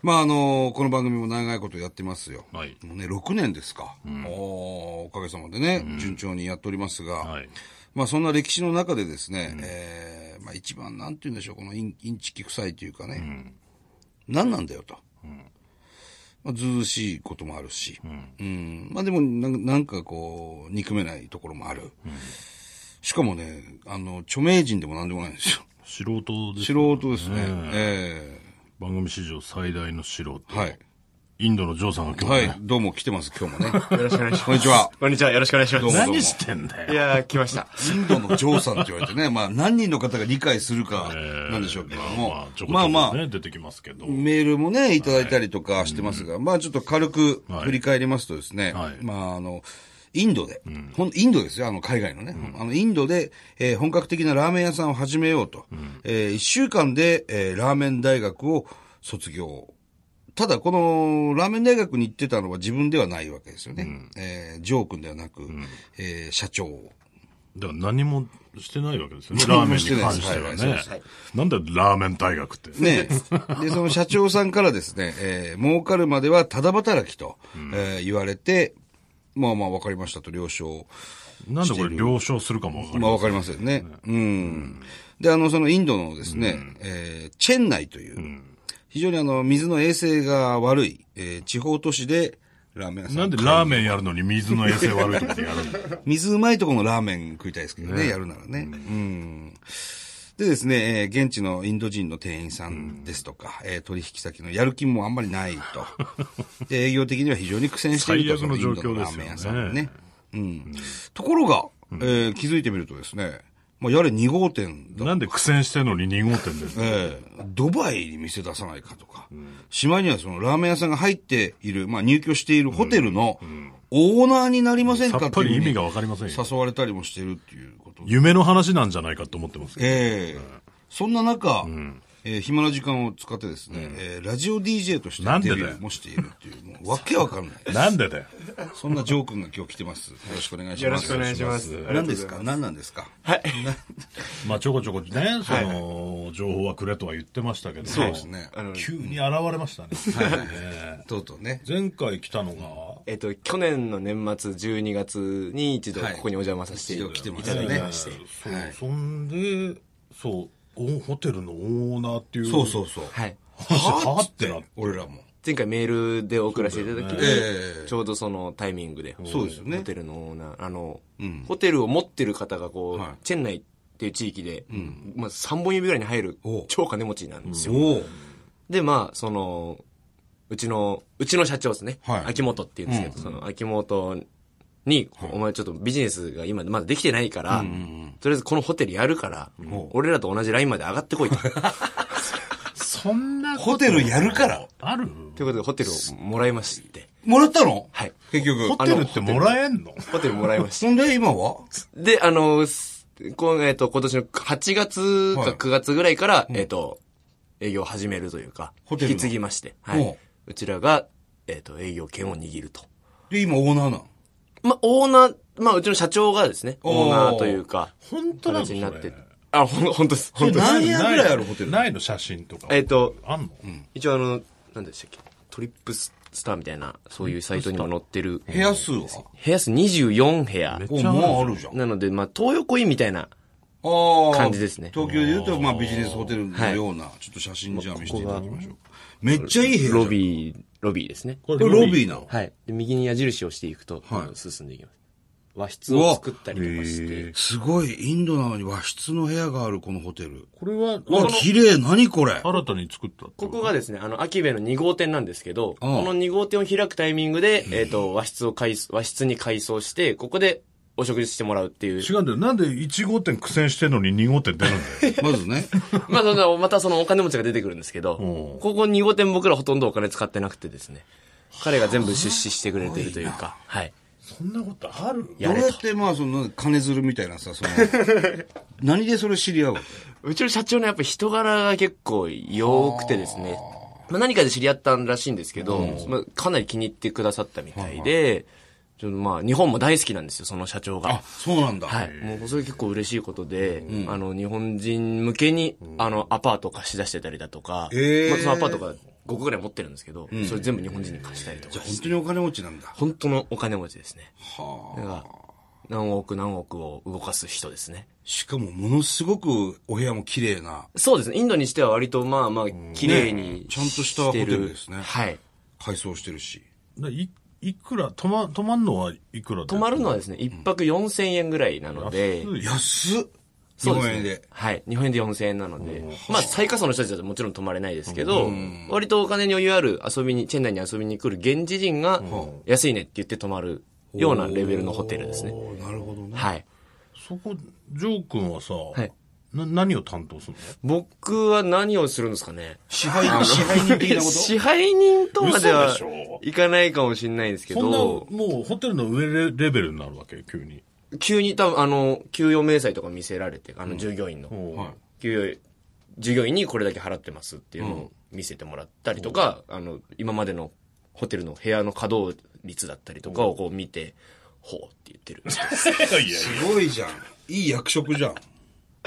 まああの、この番組も長いことやってますよ。はいもうね、6年ですか。おーおかげさまでね、順調にやっておりますが、はいまあそんな歴史の中でですね、えーまあ一番なんて言うんでしょう、このインインチキ臭いというかね、何なんだよと。まあ、ずうずうしいこともあるし、うん。まあでもなん、なんかこう、憎めないところもある。しかもね、あの、著名人でも何でもないんですよ。素人です、素人ですね。え番組史上最大の素人。えはい。インドのジョーさんが今は日ね。い、どうも来てます、今 日もね。よろしくお願いします。こんにちは。こんにちは。よろしくお願いしまどうもす。何してんだいよ。やー、来ました。インドのジョーさんって言われてね、まあ何人の方が理解するかなんでしょうけども、まあ、ちょこちょまあこ、ねまあ、出てきますけど。メールもね、いただいたりとかしてますが、まあちょっと軽く振り返りますとですね、はいまああの、インドで、ほん、インドですよ、あの海外のね。あのインドで、えー本格的なラーメン屋さんを始めようと。え1週間で、えーラーメン大学を卒業。ただ、このラーメン大学に行ってたのは自分ではないわけですよね。えージョー君ではなく、えー社長。だから何もしてないわけですよね。ラー何メンもにしてない関ですしてははいはいねそう。なんだよラーメン大学って。ねえ。で、その社長さんからですね、えー儲かるまではただ働きと、えー言われて、まあまあわかりましたと了承。なんでこれ了承するかもわかりまあまわせんかりませんね。うん。で、あの、そのインドのですね、えーチェンナイという、非常にあの、水の衛生が悪い、えー地方都市で、ラーメン屋さん。なんでラーメンやるのに水の衛生悪いとこでやるんだ よ。水うまいとこのラーメン食いたいですけどね、やるならね。うん。でですね、えー現地のインド人の店員さんですとか、えー取引先のやる気もあんまりない と。で、営業的には非常に苦戦していると。最悪のそインド状況のでラすーよねメン屋さんね。うん。ところが、えー気づいてみるとですね、まあ、やれ2号店だ。なんで苦戦してんのに2号店ですえードバイに店出さないかとか、しまいにはそのラーメン屋さんが入っている、まあ入居しているホテルのオーナーになりませんさかっってぱいうふうりに意味がわかりませんよ。誘われたりもしてるっていうことで。夢の話なんじゃないかと思ってますけど。ええそんな中、えー暇な時間を使ってですね、えーラジオ DJ としてなんでデだよビューもしているっていう、もうわけわかんない。なんでだよ。そんなジョー君が今日来てます。よろしくお願いします。よろしくお願いします。何ですか何なんですかはい。まあちょこちょこね、その、情報はくれとは言ってましたけど、そうですねあの急に現れましたね。ええとうとうね。前回来たのが、えっと、去年の年末12月に一度ここにお邪魔させていはい一度来てますただねきまして。そう、そんで、そう、おホテルのオーナーっていう。そうそうそう。はい。はあってなって。俺らも。前回メールで送らせていただき、ええちょうどそのタイミングで。そうですよねホテルのオーナー、あの、ホテルを持ってる方がこう、はいチェン内っていう地域で、まあ3本指ぐらいに入るおう超金持ちなんですよ。おうで、まあ、その、うちの、うちの社長ですね。はい秋元って言うんですけど、その、秋元に、お前ちょっとビジネスが今まだできてないから、とりあえずこのホテルやるから、俺らと同じラインまで上がってこい と。というそんなことホテルやるから。あることで、ホテルをもらいまして。もらったのはい。結局。ホテルってもらえんのホテルもらいましそんで今はた。 で、あの、すこうえっと、今年の8月はいか9月ぐらいから、えっと、営業を始めるというか、ホ引テルのき継ぎまして、はおうい。うちらが、えっと、営業権を握ると。で、今オーナーなのまあ、オーナー、まあ、うちの社長がですね、おーオーナーというか、本当なの形になってそれ。あ、ほん、ほんと です。ほんとです。何部屋ぐらいあるホテルないの写真とか。えっとあんの一応あの、なんでしたっけ、トリップスターみたいな、そういうサイトにも載ってる。部屋数は部屋数24部屋め。っおちゃあるじゃんもうあるじゃん。なので、まあ、東横インみたいな、ああ。感じですね東京で言うと、まあビジネスホテルのような、ちょっと写真じゃあ見せていただきましょうか。めっちゃいい部屋じゃん。ロビー、ロビーですね。ここれロビーなの。はい。で、右に矢印をしていくと、はい進んでいきます。和室を作ったりとかして、すごい、インドなのに和室の部屋がある、このホテル。これは、わ、綺麗、何これ。新たに作ったってこここがですね、あの、秋部の2号店なんですけど、こああの2号店を開くタイミングで、えっ、と、和室を改装、和室に改装して、ここでお食事してもらうっていう と。違うんだよ。なんで1号店苦戦してんのに2号店出るんだよ。 まずね。まあ、そんなまたそのお金持ちが出てくるんですけど、うここ2号店僕らほとんどお金使ってなくてですね、彼が全部出資してくれてるというか、はい。そんなことあるどやうれやとっ。て、まあ、その、金づるみたいなさ、 その、何でそれ知り合うわうちの社長のやっぱ人柄が結構良くてですね、まあ、何かで知り合ったらしいんですけど、まあ、かなり気に入ってくださったみたいで、ちょっとまあ、日本も大好きなんですよ、その社長あが、。そうなんだ。はい。もうそれ結構嬉しいことで、あの、日本人向けに、あの、アパートを貸し出してたりだとか、へーまあ、そのアパートが5個ぐらい持ってるんですけど、それ全部日本人に貸したりとじゃかあ本当にお金持ちなんだ。本当のお金持ちですね。はあ。だから、何億何億を動かす人ですね。しかもものすごくお部屋も綺麗な、そうですね。インドにしては割とまあまあ、綺麗に、ねちゃんとしたホテルですねはい。改装してるし。でいいくら、泊ま、泊まんのはいくらで泊まるのはですね、一泊4000円ぐらいなので、安い安っ日そう本すね円で。はい。日本円で4000円なので、まあ、最下層の人たちだともちろん泊まれないですけど、割とお金に余裕ある遊びに、チェン内に遊びに来る現地人が、安いねって言って泊まるようなレベルのホテルですね。おーなるほどね。はい。そこ、ジョー君はさ、いな何を担当する僕は何をするんですかね。支配人、支配人的なこと支配人とまでは嘘でしょいかないかもしれないですけのそんな、ど、もうホテルの上レレベルになるわけよ、急に。急に多分あの、給与明細とか見せられて、あの従業員の、おうはい給与、従業員にこれだけ払ってますっていうのを見せてもらったりとか、あの、今までのホテルの部屋の稼働率だったりとかをこう見て、ほうって言ってる。いやいやすごいじゃん。いい役職じゃん。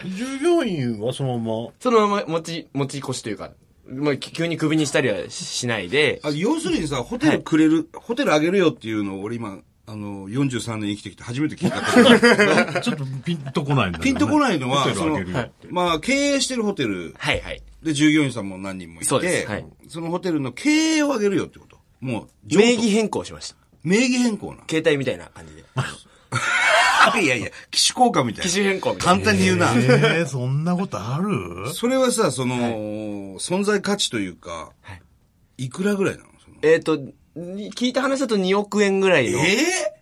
従業員はそのまま、 そのまま持ち、持ち越しというか、まあ、急にクビにしたりはししないで、あ要するにさ、ホテルくれる、ホテルあげるよっていうのを俺今、あの、43年生きてきて初めて聞いたこと ちょっとピンとこないんだけどね、ピンとこないのは、ホテルそあのげるよって、まあ、経営してるホテルはいはい。で従業員さんも何人もいそうでて、すはいそのホテルの経営をあげるよってこと。もう、譲渡名義変更しました。名義変更な。携帯みたいな感じで。いやいや、機種交換みたいな。 機種変更みたいな簡単に言うな。えー、そんなことある それはさ、その、存在価値というか、い、くらぐらいなのそのえっ、と、に聞いた話だと2億円ぐらいの、え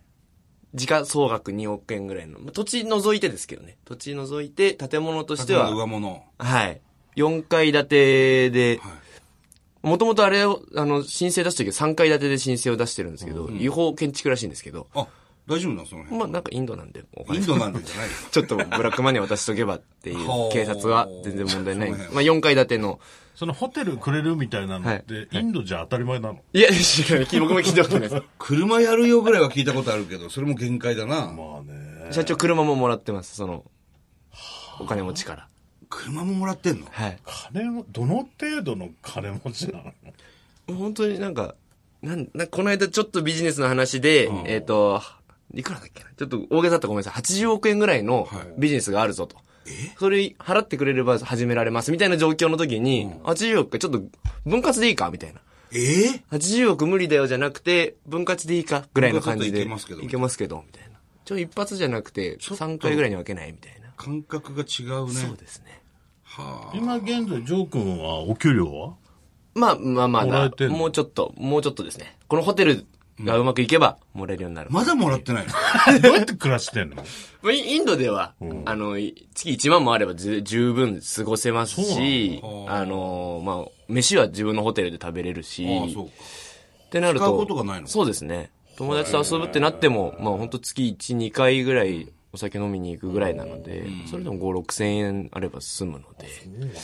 時価総額2億円ぐらいの、まあ土地除いてですけどね。土地除いて、建物とー、して上は、物。はい。4階建てで、はいもともとあれを、あの、申請出した時は3階建てで申請を出してるんですけど、違法建築らしいんですけど、あ、大丈夫なのその辺。まあなんかインドなんで、おイ金ンドなんてじゃないよ。ちょっとブラックマネー渡しとけばっていほう う警察は全然問題ないんでそす。うまあ4階建ての、 そのホテルくれるみたいなのって、はインドじゃ当たり前なの、いや、知らない。僕も聞いたことないで車やるよぐらいは聞いたことあるけど、それも限界だな。まあね。す。社長車ももらってます、その、お金持ちから。車ももらってんのはい。金も、どの程度の金持ちなの本当になんか、なん、なんかこの間ちょっとビジネスの話で、えっ、と、いくらだっけなちょっと大げさだったらごめんなさい。80億円ぐらいのビジネスがあるぞと。それ払ってくれれば始められますみたいな状況の時に、80億かちょっと分割でいいかみたいな。ええ80億無理だよじゃなくて、分割でいいかぐらいの感じで。分割だといいけけますけど、みたいな。ちょ、一発じゃなくて、3回ぐらいに分けないみたいな。感覚が違うね。そうですね。はあ。今現在、ジョー君はお給料はまあまあまあもらえてんのもうちょっと、もうちょっとですね。このホテルがうまくいけば、もらえるようになる。まだもらってないのどうやって暮らしてんのまあイインドでは、あの、い月1万もあればず十分過ごせますし、あの、まあ、飯は自分のホテルで食べれるし、ああ、そうか。ってなると。使うことがないのそうですね。友達と遊ぶってなっても、まあ本当月1、2回ぐらいお酒飲みに行くぐらいなので、それでも5、6千円あれば済むので。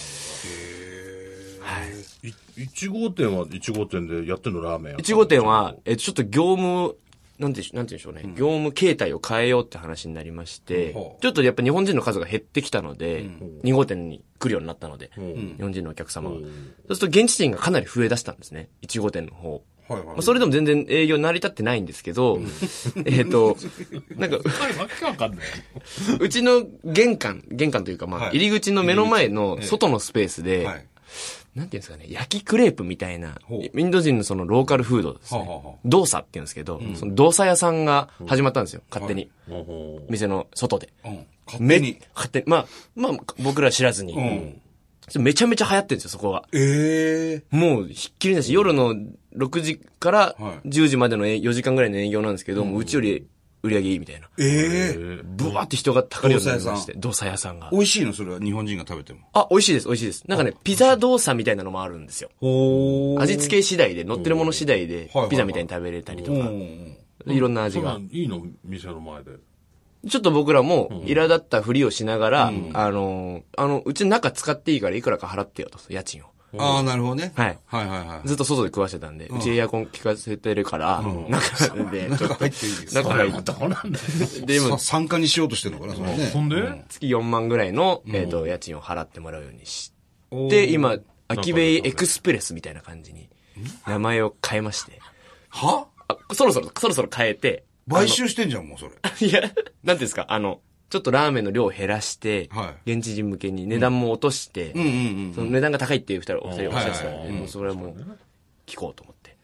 い ?1 号店は1号店でやってんのラーメン1号店は、え、ちょっと業務、なんて、なんて言うんでしょうね、業務形態を変えようって話になりまして、ほうちょっとやっぱ日本人の数が減ってきたので、2号店に来るようになったので、ん日本人のお客様が。そうすると現地人がかなり増え出したんですね、1号店の方。はいはまいあ、。それでも全然営業成り立ってないんですけど、 えっと、なんか、わけわかんない。うちの玄関、玄関というか、まはあ、い入り口の目の前の外のスペースで、はい。なんていうんですかね、焼きクレープみたいな、ほうインド人のそのローカルフードですね。はあはあはあ動作っていうんですけど、その動作屋さんが始まったんですよ、勝手に。店の外で。うん。勝手めに。勝手に。まあ、まあ、僕ら知らずに。うん。めちゃめちゃ流行ってるんですよ、そこが。ええもう、ひっきりなし、夜の6時からはい10時までの4時間ぐらいの営業なんですけど、もううちより売り上げいいみたいな。ええブワーって人が高いようになりまして、動作屋さんが。美味しいのそれは日本人が食べても。あ、美味しいです、美味しいです。なんかね、ピザ動作みたいなのもあるんですよ。ほ味付け次第で、乗ってるもの次第ではいはい、ピザみたいに食べれたりとうか、ん。いろんなそ味んながん。いいの店の前で。ちょっと僕らも、苛立ったふりをしながら、あの、あの、うちの中使っていいからいくらか払ってよと、家賃を。ああ、なるほどね。はいはいはいはい。ずっと外で食わしてたんで、うちエアコン効かせてるから、中で、ちょっ入っていいですと、中入っ どうなんだて、で、さ今、参加にしようとしてるのかな、それね。そんで、月4万ぐらいの、えっと、家賃を払ってもらうようにして、今、秋ベイエクスプレスみたいな感じに、名前を変えまして。はあ、そろそろ、そろそろ変えて、 買収してんじゃん、もうそれ。いや、なんていうんですか、あの、ちょっとラーメンの量を減らして、は現地人向けに値段も落として、うんうんそうん。の値段が高いっていう二人、お二人おっしゃってたはいんはいで、はいもうそれはもう、聞こうと思って。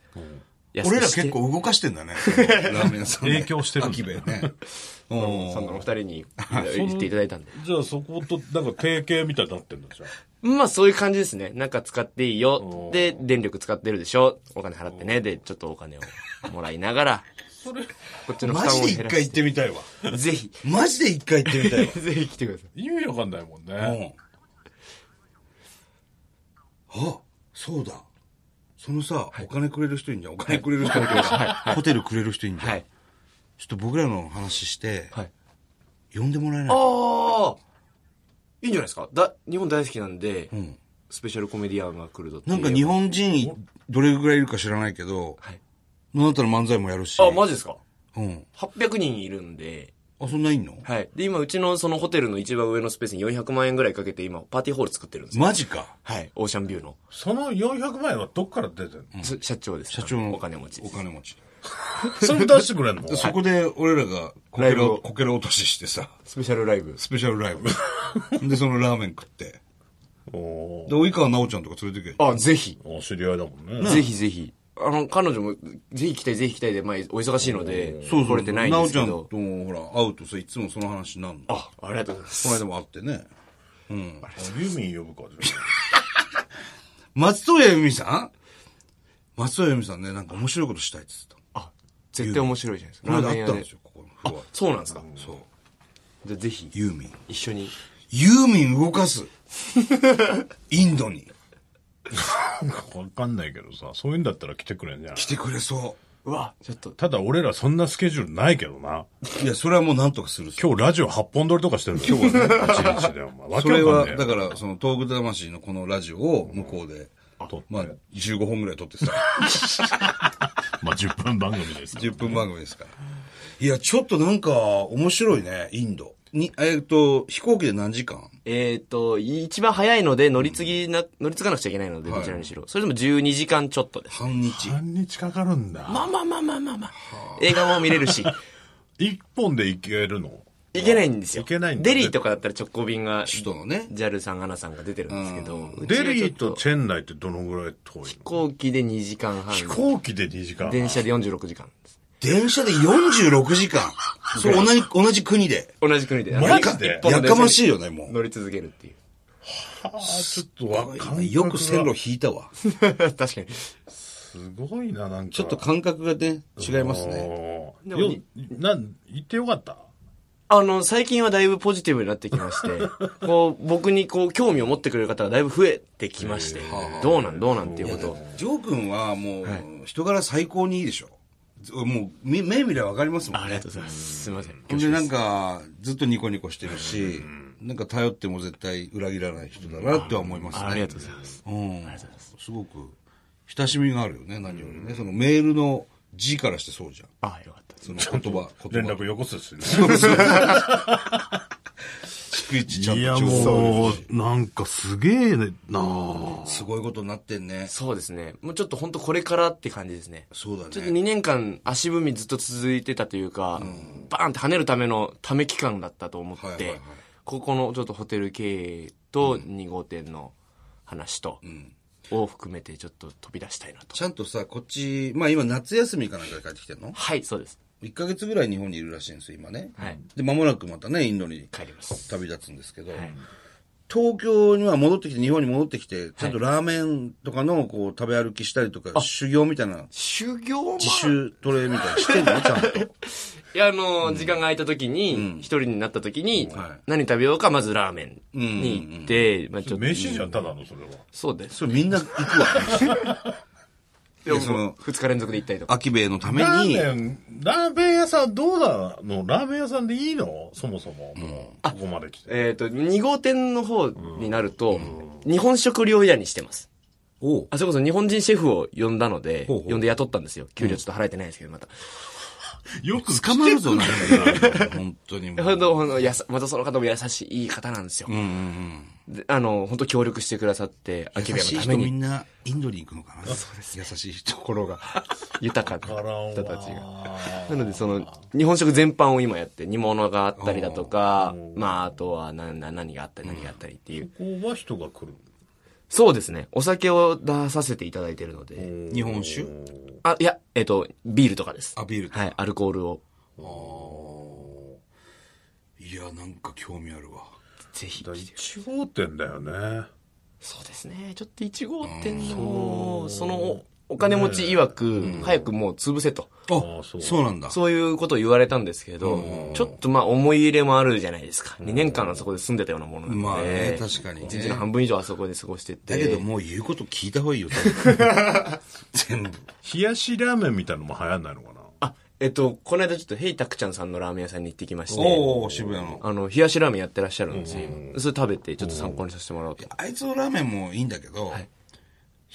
安俺くらして結構動かしてん だね。そのラーメン屋さんね。影響してるんだ秋部ね。うんサンドのお二人 に言っていただいたんで。じゃあそことなんか提携みたいになってんだじゃあまあそういう感じですね。なんか使っていいよお。ーで、電力使ってるでしょ。お金払ってね。で、ちょっとお金をもらいながら、こっちの負マ担ジをで減一ら回し。行っててみたいわ。ぜ ひ、マジで一回行ってみたいわ。ぜひ来てください。意味わかんないもんうね。ん。あ、そうだ。そのさ、お金くれる人いんじゃん。お金くれる人いるから、ホテルくれる人いんじゃん。はい。ちょっと僕らの話して、はい。呼んでもらえないああいいんじゃないですかだ、日本大好きなんで、うん。スペシャルコメディアンが来るぞっていなうんか日本人、どれぐらいいるか知らないけど、はい。なんだったら漫才もやるし。あ、マジですかうん。 ?800 人いるんで、あ、そんないんのはい。で、今、うちのそのホテルの一番上のスペースに400万円ぐらいかけて、今、パーティーホール作ってるんですよ。マジか。はい。オーシャンビューの、その400万円はどっから 出てんのそ社長です。社長の。お金持ちでおす。金持ち。 それ出してくれんのそこで俺らがこラけイブら、をこけら落とししてさ、スペシャルライブ。スペシャルライ ブ。で、そのラーメン食って。おーで、及川奈緒ちゃんとか連れてけ。あ、ぜひ。お知り合いだもんね。ぜひぜひ。あの、彼女も、ぜひ来たい、ぜひ来たいで、まあ、お忙しいので、来れてないんで奈緒すけど。ちゃんともほら、会うとさ、いつもその話になるの。こあ、ありがとうございます。の間も会ってね。ユーミン呼ぶか、じゃ松任谷由実さん松任谷由実さんね、なんか面白いことしたいって言ってた。あ、絶対面白いじゃないですか。この間会ラっーたんメでン屋ですよ、ここのフロア。そうなんですか。そう。じゃあぜひ、ユーミン。一緒に。ユーミン動かす。 インドに。ん。なんかわかんないけどさ、そういうんだったら来てくれんじゃん来。てくれそうわ、ちょっと。ただ俺らそんなスケジュールないけどな。う。いや、それはもうなんとかする。今日ラジオ8本撮りとかしてる今 日はね。1日で、お前。わそけわれかんは、ねえだから、その、東北魂のこのラジオを向こうで、とまあ、15本ぐらい撮ってさ、 まあ、10分番組ですから10分番組ですから。いや、ちょっとなんか、面白いね、インド。に、えっと、飛行機で何時間えっ、と、一番早いので乗り継ぎな、乗り継がなくちゃいけないので、どちらにしろ。それでも12時間ちょっとです。半日。半日かかるんだ。まあまあまあまあまあまあ。映画も見れるし。一本でいけるの いけないんですよ。いけないんだデリーとかだったら直行便が、首都のね。 JAL さん、アナさんが出てるんですけど。うちデはちょリっーとチェンナイってどのぐらい遠いの飛行機で2時間半。飛行機で2時間。電車で46時間です。電車で46時間。それ同じ、同じ国で。同じ国で。マジで一本のや電車かにましいよね、もう。乗り続けるっていう。 あーちょっとわかんない。よく線路引いたわ。ち確かに。すごいな、なんか。ちょっと感覚がね、違いますね。ね。でもよ、なん、行ってよかったあの、最近はだいぶポジティブになってきまして、こう、僕にこう、興味を持ってくれる方がだいぶ増えてきまして、どうなんどうなんっていうことを。ジョー君はもう、人柄最高にいいでしょ。ずもう、み目見りゃわかりますもん、ありがとうございます。すいません。ほんでなんか、ずっとニコニコしてるし、なんか頼っても絶対裏切らない人だなっては思いますね。ありがとうございます。うん。すごく、親しみがあるよね、何よりね。そのメールの字からしてそうじゃん。あよかったです。その言葉、言連葉。 絡よこすしね。逐一ちゃんいとや、情報をもう、なんかすげえねな あすごいことになってんね。そうですね。もうちょっと本当これからって感じですね。そうだちょっとね。 2年間足踏みずっと続いてたというか、バーンって跳ねるためのため期間だったと思って、はいはいはいここのちょっとホテル経営と2号店の話と、を含めてちょっと飛び出したいなと。ちゃんとさ、こっち、まあ今夏休みかなんかで帰ってきてんのはい、そうです。 1ヶ月ぐらい日本にいるらしいんですよ、今ね。はいで、間もなくまたね、インドに帰ります。旅立つんですけど、はい東京には戻ってきて、日本に戻ってきて、ちゃんとラーメンとかのこう食べ歩きしたりとか、修行みたいな、修行も自主トレみたいなしてん のちゃんと。いや、あの、時間が空いた時に、一人になった時にはい、何食べようか、まずラーメンに行って、まあちょっと。飯じゃん、ただの、それは。そうです。それみんな行くわ。 でもその2日連続で行ったりとか。秋兵衛のためラに、ーメン、ラーメン屋さんどうなのラーメン屋さんでいいのそもそも。もう、ここまで来て。えっと、2号店の方になると、日本食料理屋にしてます。おうあ、それこそ日本人シェフを呼んだので、ほうほう呼んで雇ったんですよ。給料ちょっと払えてないですけど、また。よく捕まるぞ、なんか。本当にもほんう。と、ほんと、やさ、またその方も優しい、いい方なんですよ。うんうんであの、本当協力してくださって、うん。秋優部しい屋のため人みにんなインドに行くのかな。そうです、優しいところが。豊かわからなん人わたちが。なので、その、日本食全般を今やって、煮物があったりだとか、まあ、あとは、な、な、何があったり、何があったりっていう。ここは人が来る。そうですね。お酒を出させていただいてるの で。日本酒あ、いや、えっと、ビールとかです。あビールとかはい、アルコールを。いや、なんか興味あるわ。ぜひ。 1号店だよね。そうですね。ちょっと1号店のもう、そのお、お金持ち曰く、早くもう潰せと。あ、そそううそうなんだ。そういうことを言われたんですけど、ちょっとまあ思い入れもあるじゃないですか。2年間あそこで住んでたようなものなので。まあね、確かにね。一日の半分以上あそこで過ごしてて。だけどもう言うこと聞いた方が いいよ、全部。冷やしラーメンみたいのも流行んないのかなあ、えっと、この間ちょっとヘイタクちゃんさんのラーメン屋さんに行ってきまして、おお渋谷の。あの、冷やしラーメンやってらっしゃるんですよ、今それ食べて、ちょっと参考にさせてもらおうと。あいつのラーメンもいいんだけど、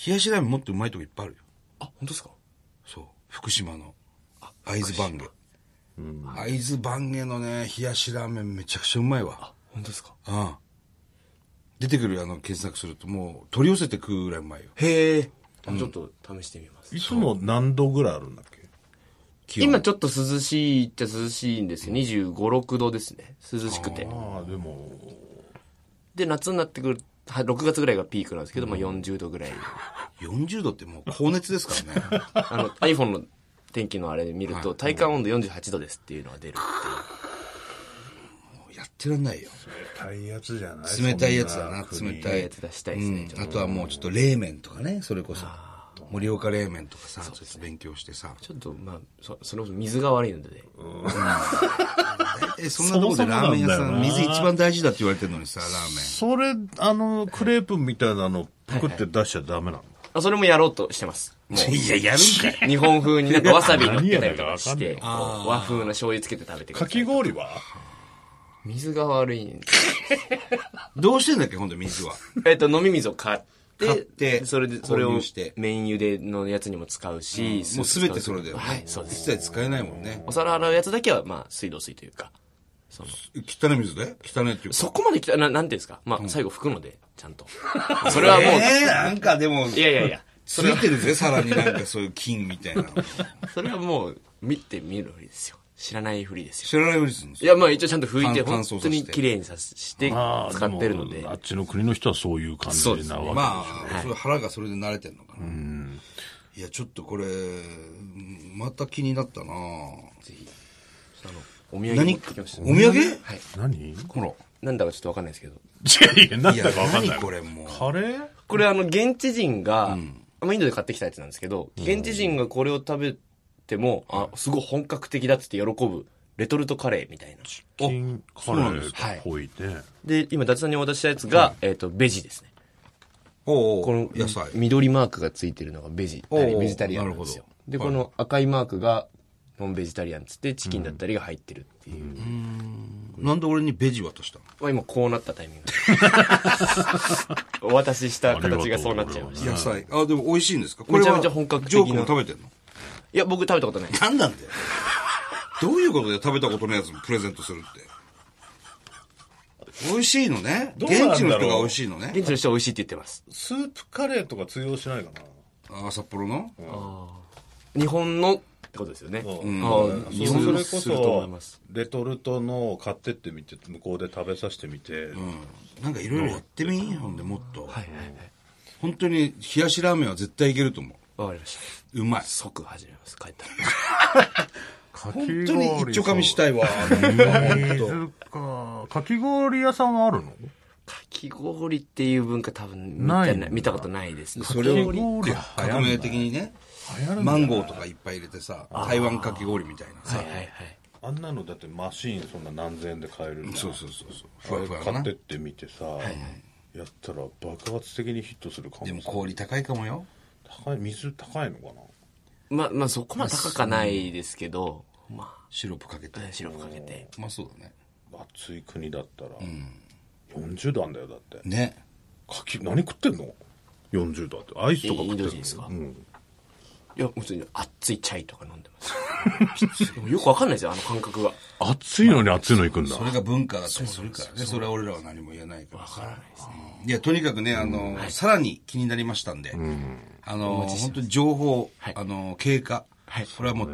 冷やしラーメンもっとうまいとこいっぱいあるよ。あ、本当ですかそう。福島の会津番下。会津番下のね、冷やしラーメンめちゃくちゃうまいわ。本当ですかうん。出てくるあの検索するともう取り寄せて食うぐらいうまいよ。へえ、ちょっと試してみます。いつも何度ぐらいあるんだっけ気温今ちょっと涼しいっちゃ涼しいんですよ。25、6度ですね。涼しくて。ああ、でも、で、夏になってくる、は6月ぐらいがピークなんですけど、まあ40度 ぐらい。 40度ってもう高熱ですからね。 あの、iPhone の天気のあれで見ると、体感温度48度ですっていうのが出るってもうやってらんないよ。冷たいやつじゃない冷たいやつだな、そん冷いうたいええ。出したいですね。ちょっうん、あとはもうちょっと冷麺とかねそれこそ盛岡冷麺とかさちょっと勉強してさとちょっと、まあ、そ、それこそ水が悪いのでね。えそんなとこでラーメン屋さそもそんもなんだよな水一番大事だって言われてるのにさラーそれ、あの、クレープみたいなの、ぷくって出しちゃダメなのあ、それもやろうとしてます。も、メンいややるんかいう日本風になんかわさび乗ってた何やねりとんかかわかしんねえて、こう和風の醤油つけて食べてくかださいき氷は水が悪いんで。どうしてんだっけ今度水は えっと、飲み水を買って、買ってそれで、それ購を入してメイン茹でのやつにも使うし、もう全てそれだよねはい、そうで一す。切使えないもんねお皿洗うやつだけは、まあ、水道水というか、その、汚い水で汚いっていうかそこまで来た、ななんていうんですかまあ、最後拭くので、ちゃんと。 それはもう、えー、なんかでもいやいやいや、ついてるぜ皿になんかそういう菌みたいなのそれはもう、見て見るふりですよ。知らないふりですよ。知らないふりするんですいよや、まあ一応ちゃんと拭いて、乾本乾燥させて当に綺麗にさせして、使ってるのでも。あっちの国の人はそういう感じそうですなねわけでまあ、それ腹がそれで慣れてんのかな。いや、ちょっとこれ、うんまた気になったなぜひ、あの、お土産持何ってきました。お土産はい。何いほら。なんだかちょっとわかんないですけど。やいや、なんいやだかわかんない。何これもうカレーこれあの、現地人が、まあインドで買ってきたやつなんですけど、現地人がこれを食べても、あ、すごい本格的だっつって喜ぶ、レトルトカレーみたいな。金カレーっぽいね。で、今、伊達さんにお渡ししたやつが、えっと、ベジですね。おうおうこの野菜。緑マークがついてるのがベジタリおうベジタリアンなんですよなる。で、この赤いマークがノンベジタリアンっつってチキンだったりが入ってるっていう。なんで俺にベジ渡したのまあ今こうなったタイミン グで。お渡しした形がそうなっちゃいました。野菜。あ、でも美味しいんですかめちゃめちゃ本格的なこれはジョー君も食べてんのいや、僕食べたことない。なんなんだよ。どういうことで食べたことのやつもプレゼントするって。美味しいのね。どう現なんだろう地の人が美味しいのね。現地の人は美味しいって言ってます。スープカレーとか通用しないかあー、札幌の日本のってことですよね。な。あうんあそ日そ本れのこすると思いますそ。、レトルトのを買ってってみて、向こうで食べさせてみて、うん。なんかいろいろやってみほんでもっと。はいはいはい。本当に冷やしラーメンは絶対いけると思わかりました。う。うまい。即始めます、帰ったら。かき本当に一丁噛みしたい。 いわ。水か。かき氷屋さんはあるのかき氷っていう文化多分見なたいんだ見たことないですね。それをかき氷革命的にね。流行るんだマンゴーとかいっぱい入れてさ、台湾かき氷みたいなさ。はいはいはい。あんなのだってマシーンそんな何千円で買えるじゃんそうそうそうそう。ふあわれふわか買なっ。てってみてさ、やったら爆発的にヒットする可で能も性氷高いかもよ。高い水高いのかなまあまあそこまで高かないですけど、まシロップかけてあ、。シロップかけて。うまそうだね。暑い国だったら、40度あんだよだってね。かき何食ってんの40度あってアイスとか食ってんのインド人ですかうん、いや、普通に熱いチャイとか飲んでます。 でもよくわかんないですよ、あの感覚が。暑いのに暑いの行くんだそ。れが文化だったりするからね。それは俺らは何も言えないから。わからないですね。いや、とにかくね、あの、さらに気になりましたんで、あの、本当に情報、はいあの、経過、はいこれはもう、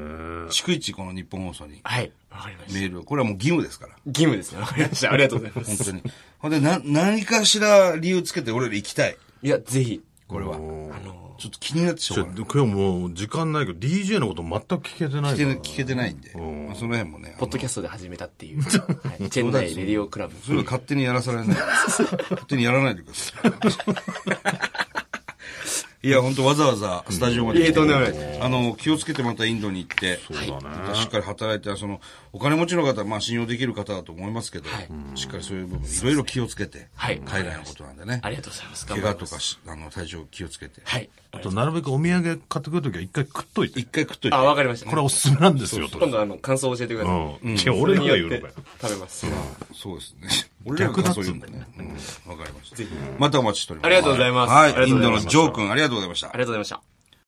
逐一この日本放送にはい。わかりました。メールを、これはもう義務ですから。義務ですね。わかりました。ありがとうございま本当す。に。 ほんで、な、何かしら理由つけて俺ら行きたい。いや、ぜひ。これは。あの、ちょっと気になってしちょょうがない。今日もう時間ないけど、DJ のこと全く聞けてな聞いけかならい聞けてないんで、まあ、その辺もね、あポのッドキャストで始めたっていう。はいチェンナイレディオクラブ。それは勝手にやらさ れない。勝手にやらないでくださ い。いや、本当わざわざスタジオまで来て、いえとんでもないであの、気をつけてまたインドに行って、そうだねまたしっかり働いて、その、お金持ちの方、まあ信用できる方だと思いますけど、はいしっかりそういう部分、いろいろ気をつけて、はい海外のことなんでね。ありがとうございます。怪頑張我りとますかし、あの、体調気をつけて。はい。あと、なるべくお土産買ってくるときは一回食っといて一。回食っといて。あ、わかりました。これおすすめなんですよ、とか今。度あの、感想を教えてください。うん。いや、俺がによ言うっのてかよ。食べます。そうですね。俺らがそういうんだね。うんわかりました。またお待ちしております。ありがとうございますはありがい。とイうンござドいまのしたジョー君、ありがとうございましたあ。りがとうございました。